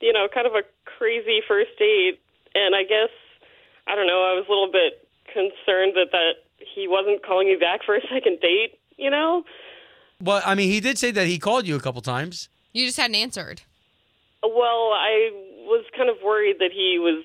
you know, kind of a crazy first date, and I guess I don't know. I was a little bit concerned that that he wasn't calling me back for a second date. You know, Well, I mean, he did say that he called you a couple times. You just hadn't answered. well, I was kind of worried that he was,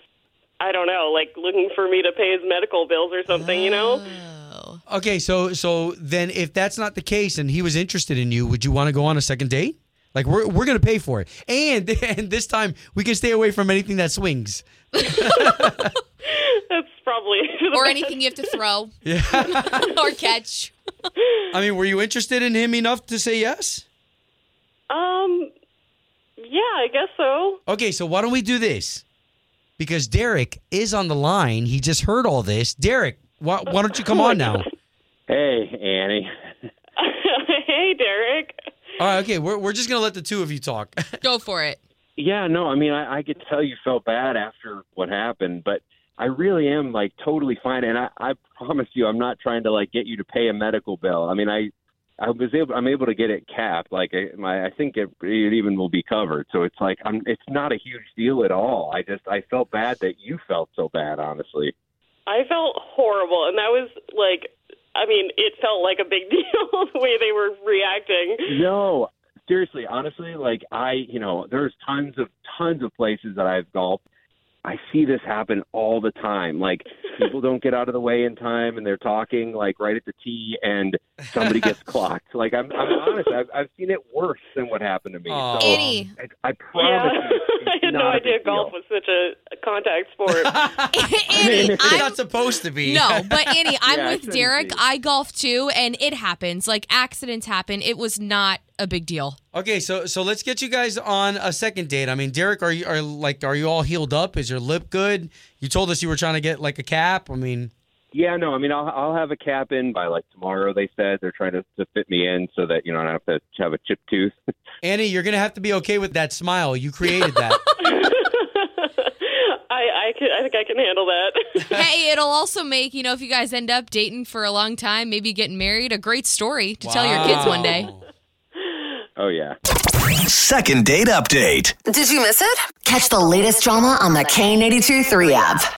I don't know, like looking for me to pay his medical bills or something. You know, Oh. Okay, so so then if that's not the case and he was interested in you, would you want to go on a second date? Like we're we're gonna pay for it, and and this time we can stay away from anything that swings. that's probably Or anything you have to throw Yeah. or catch. I mean, were you interested in him enough to say yes? Um, Yeah, I guess so. Okay, so why don't we do this? Because Derek is on the line. He just heard all this. Derek, why, why don't you come on now? Hey, Annie. hey, Derek. All right, okay, we're, we're just going to let the two of you talk. Go for it. Yeah, no, I mean, I, I could tell you felt bad after what happened, but I really am like totally fine, and I, I promise you, I'm not trying to like get you to pay a medical bill. I mean, I, I was able, I'm able to get it capped. Like, I, my, I think it, it even will be covered. So it's like, I'm, it's not a huge deal at all. I just, I felt bad that you felt so bad, honestly. I felt horrible, and that was like, I mean, it felt like a big deal the way they were reacting. No, seriously, honestly, like I, you know, there's tons of tons of places that I've golfed. I see this happen all the time. Like people don't get out of the way in time, and they're talking like right at the tee, and somebody gets clocked. Like I'm, I'm honest, I've, I've seen it worse than what happened to me. Aw. So Annie. I, I Yeah, promise you, it's I had no not a idea big golf deal. was such a a contact sport. Annie, it's I'm not supposed to be. No, but Annie, I'm Yeah, it with shouldn't Derek. be. I golf too, and it happens. Like accidents happen. It was not a big deal. Okay, so so let's get you guys on a second date. I mean, Derek, are you are like are you all healed up? Is your lip good? You told us you were trying to get like a cap. I mean, Yeah, no, I mean, I'll, I'll have a cap in by like tomorrow. They said they're trying to, to fit me in so that you know I don't have to have a chipped tooth. Annie, you're gonna have to be okay with that smile. You created that. I, I, can, I think I can handle that. hey, it'll also make you know if you guys end up dating for a long time, maybe getting married, a great story to tell your kids one day. Wow. oh yeah. Second date update. Did you miss it? Catch the latest drama on the K82 3 app.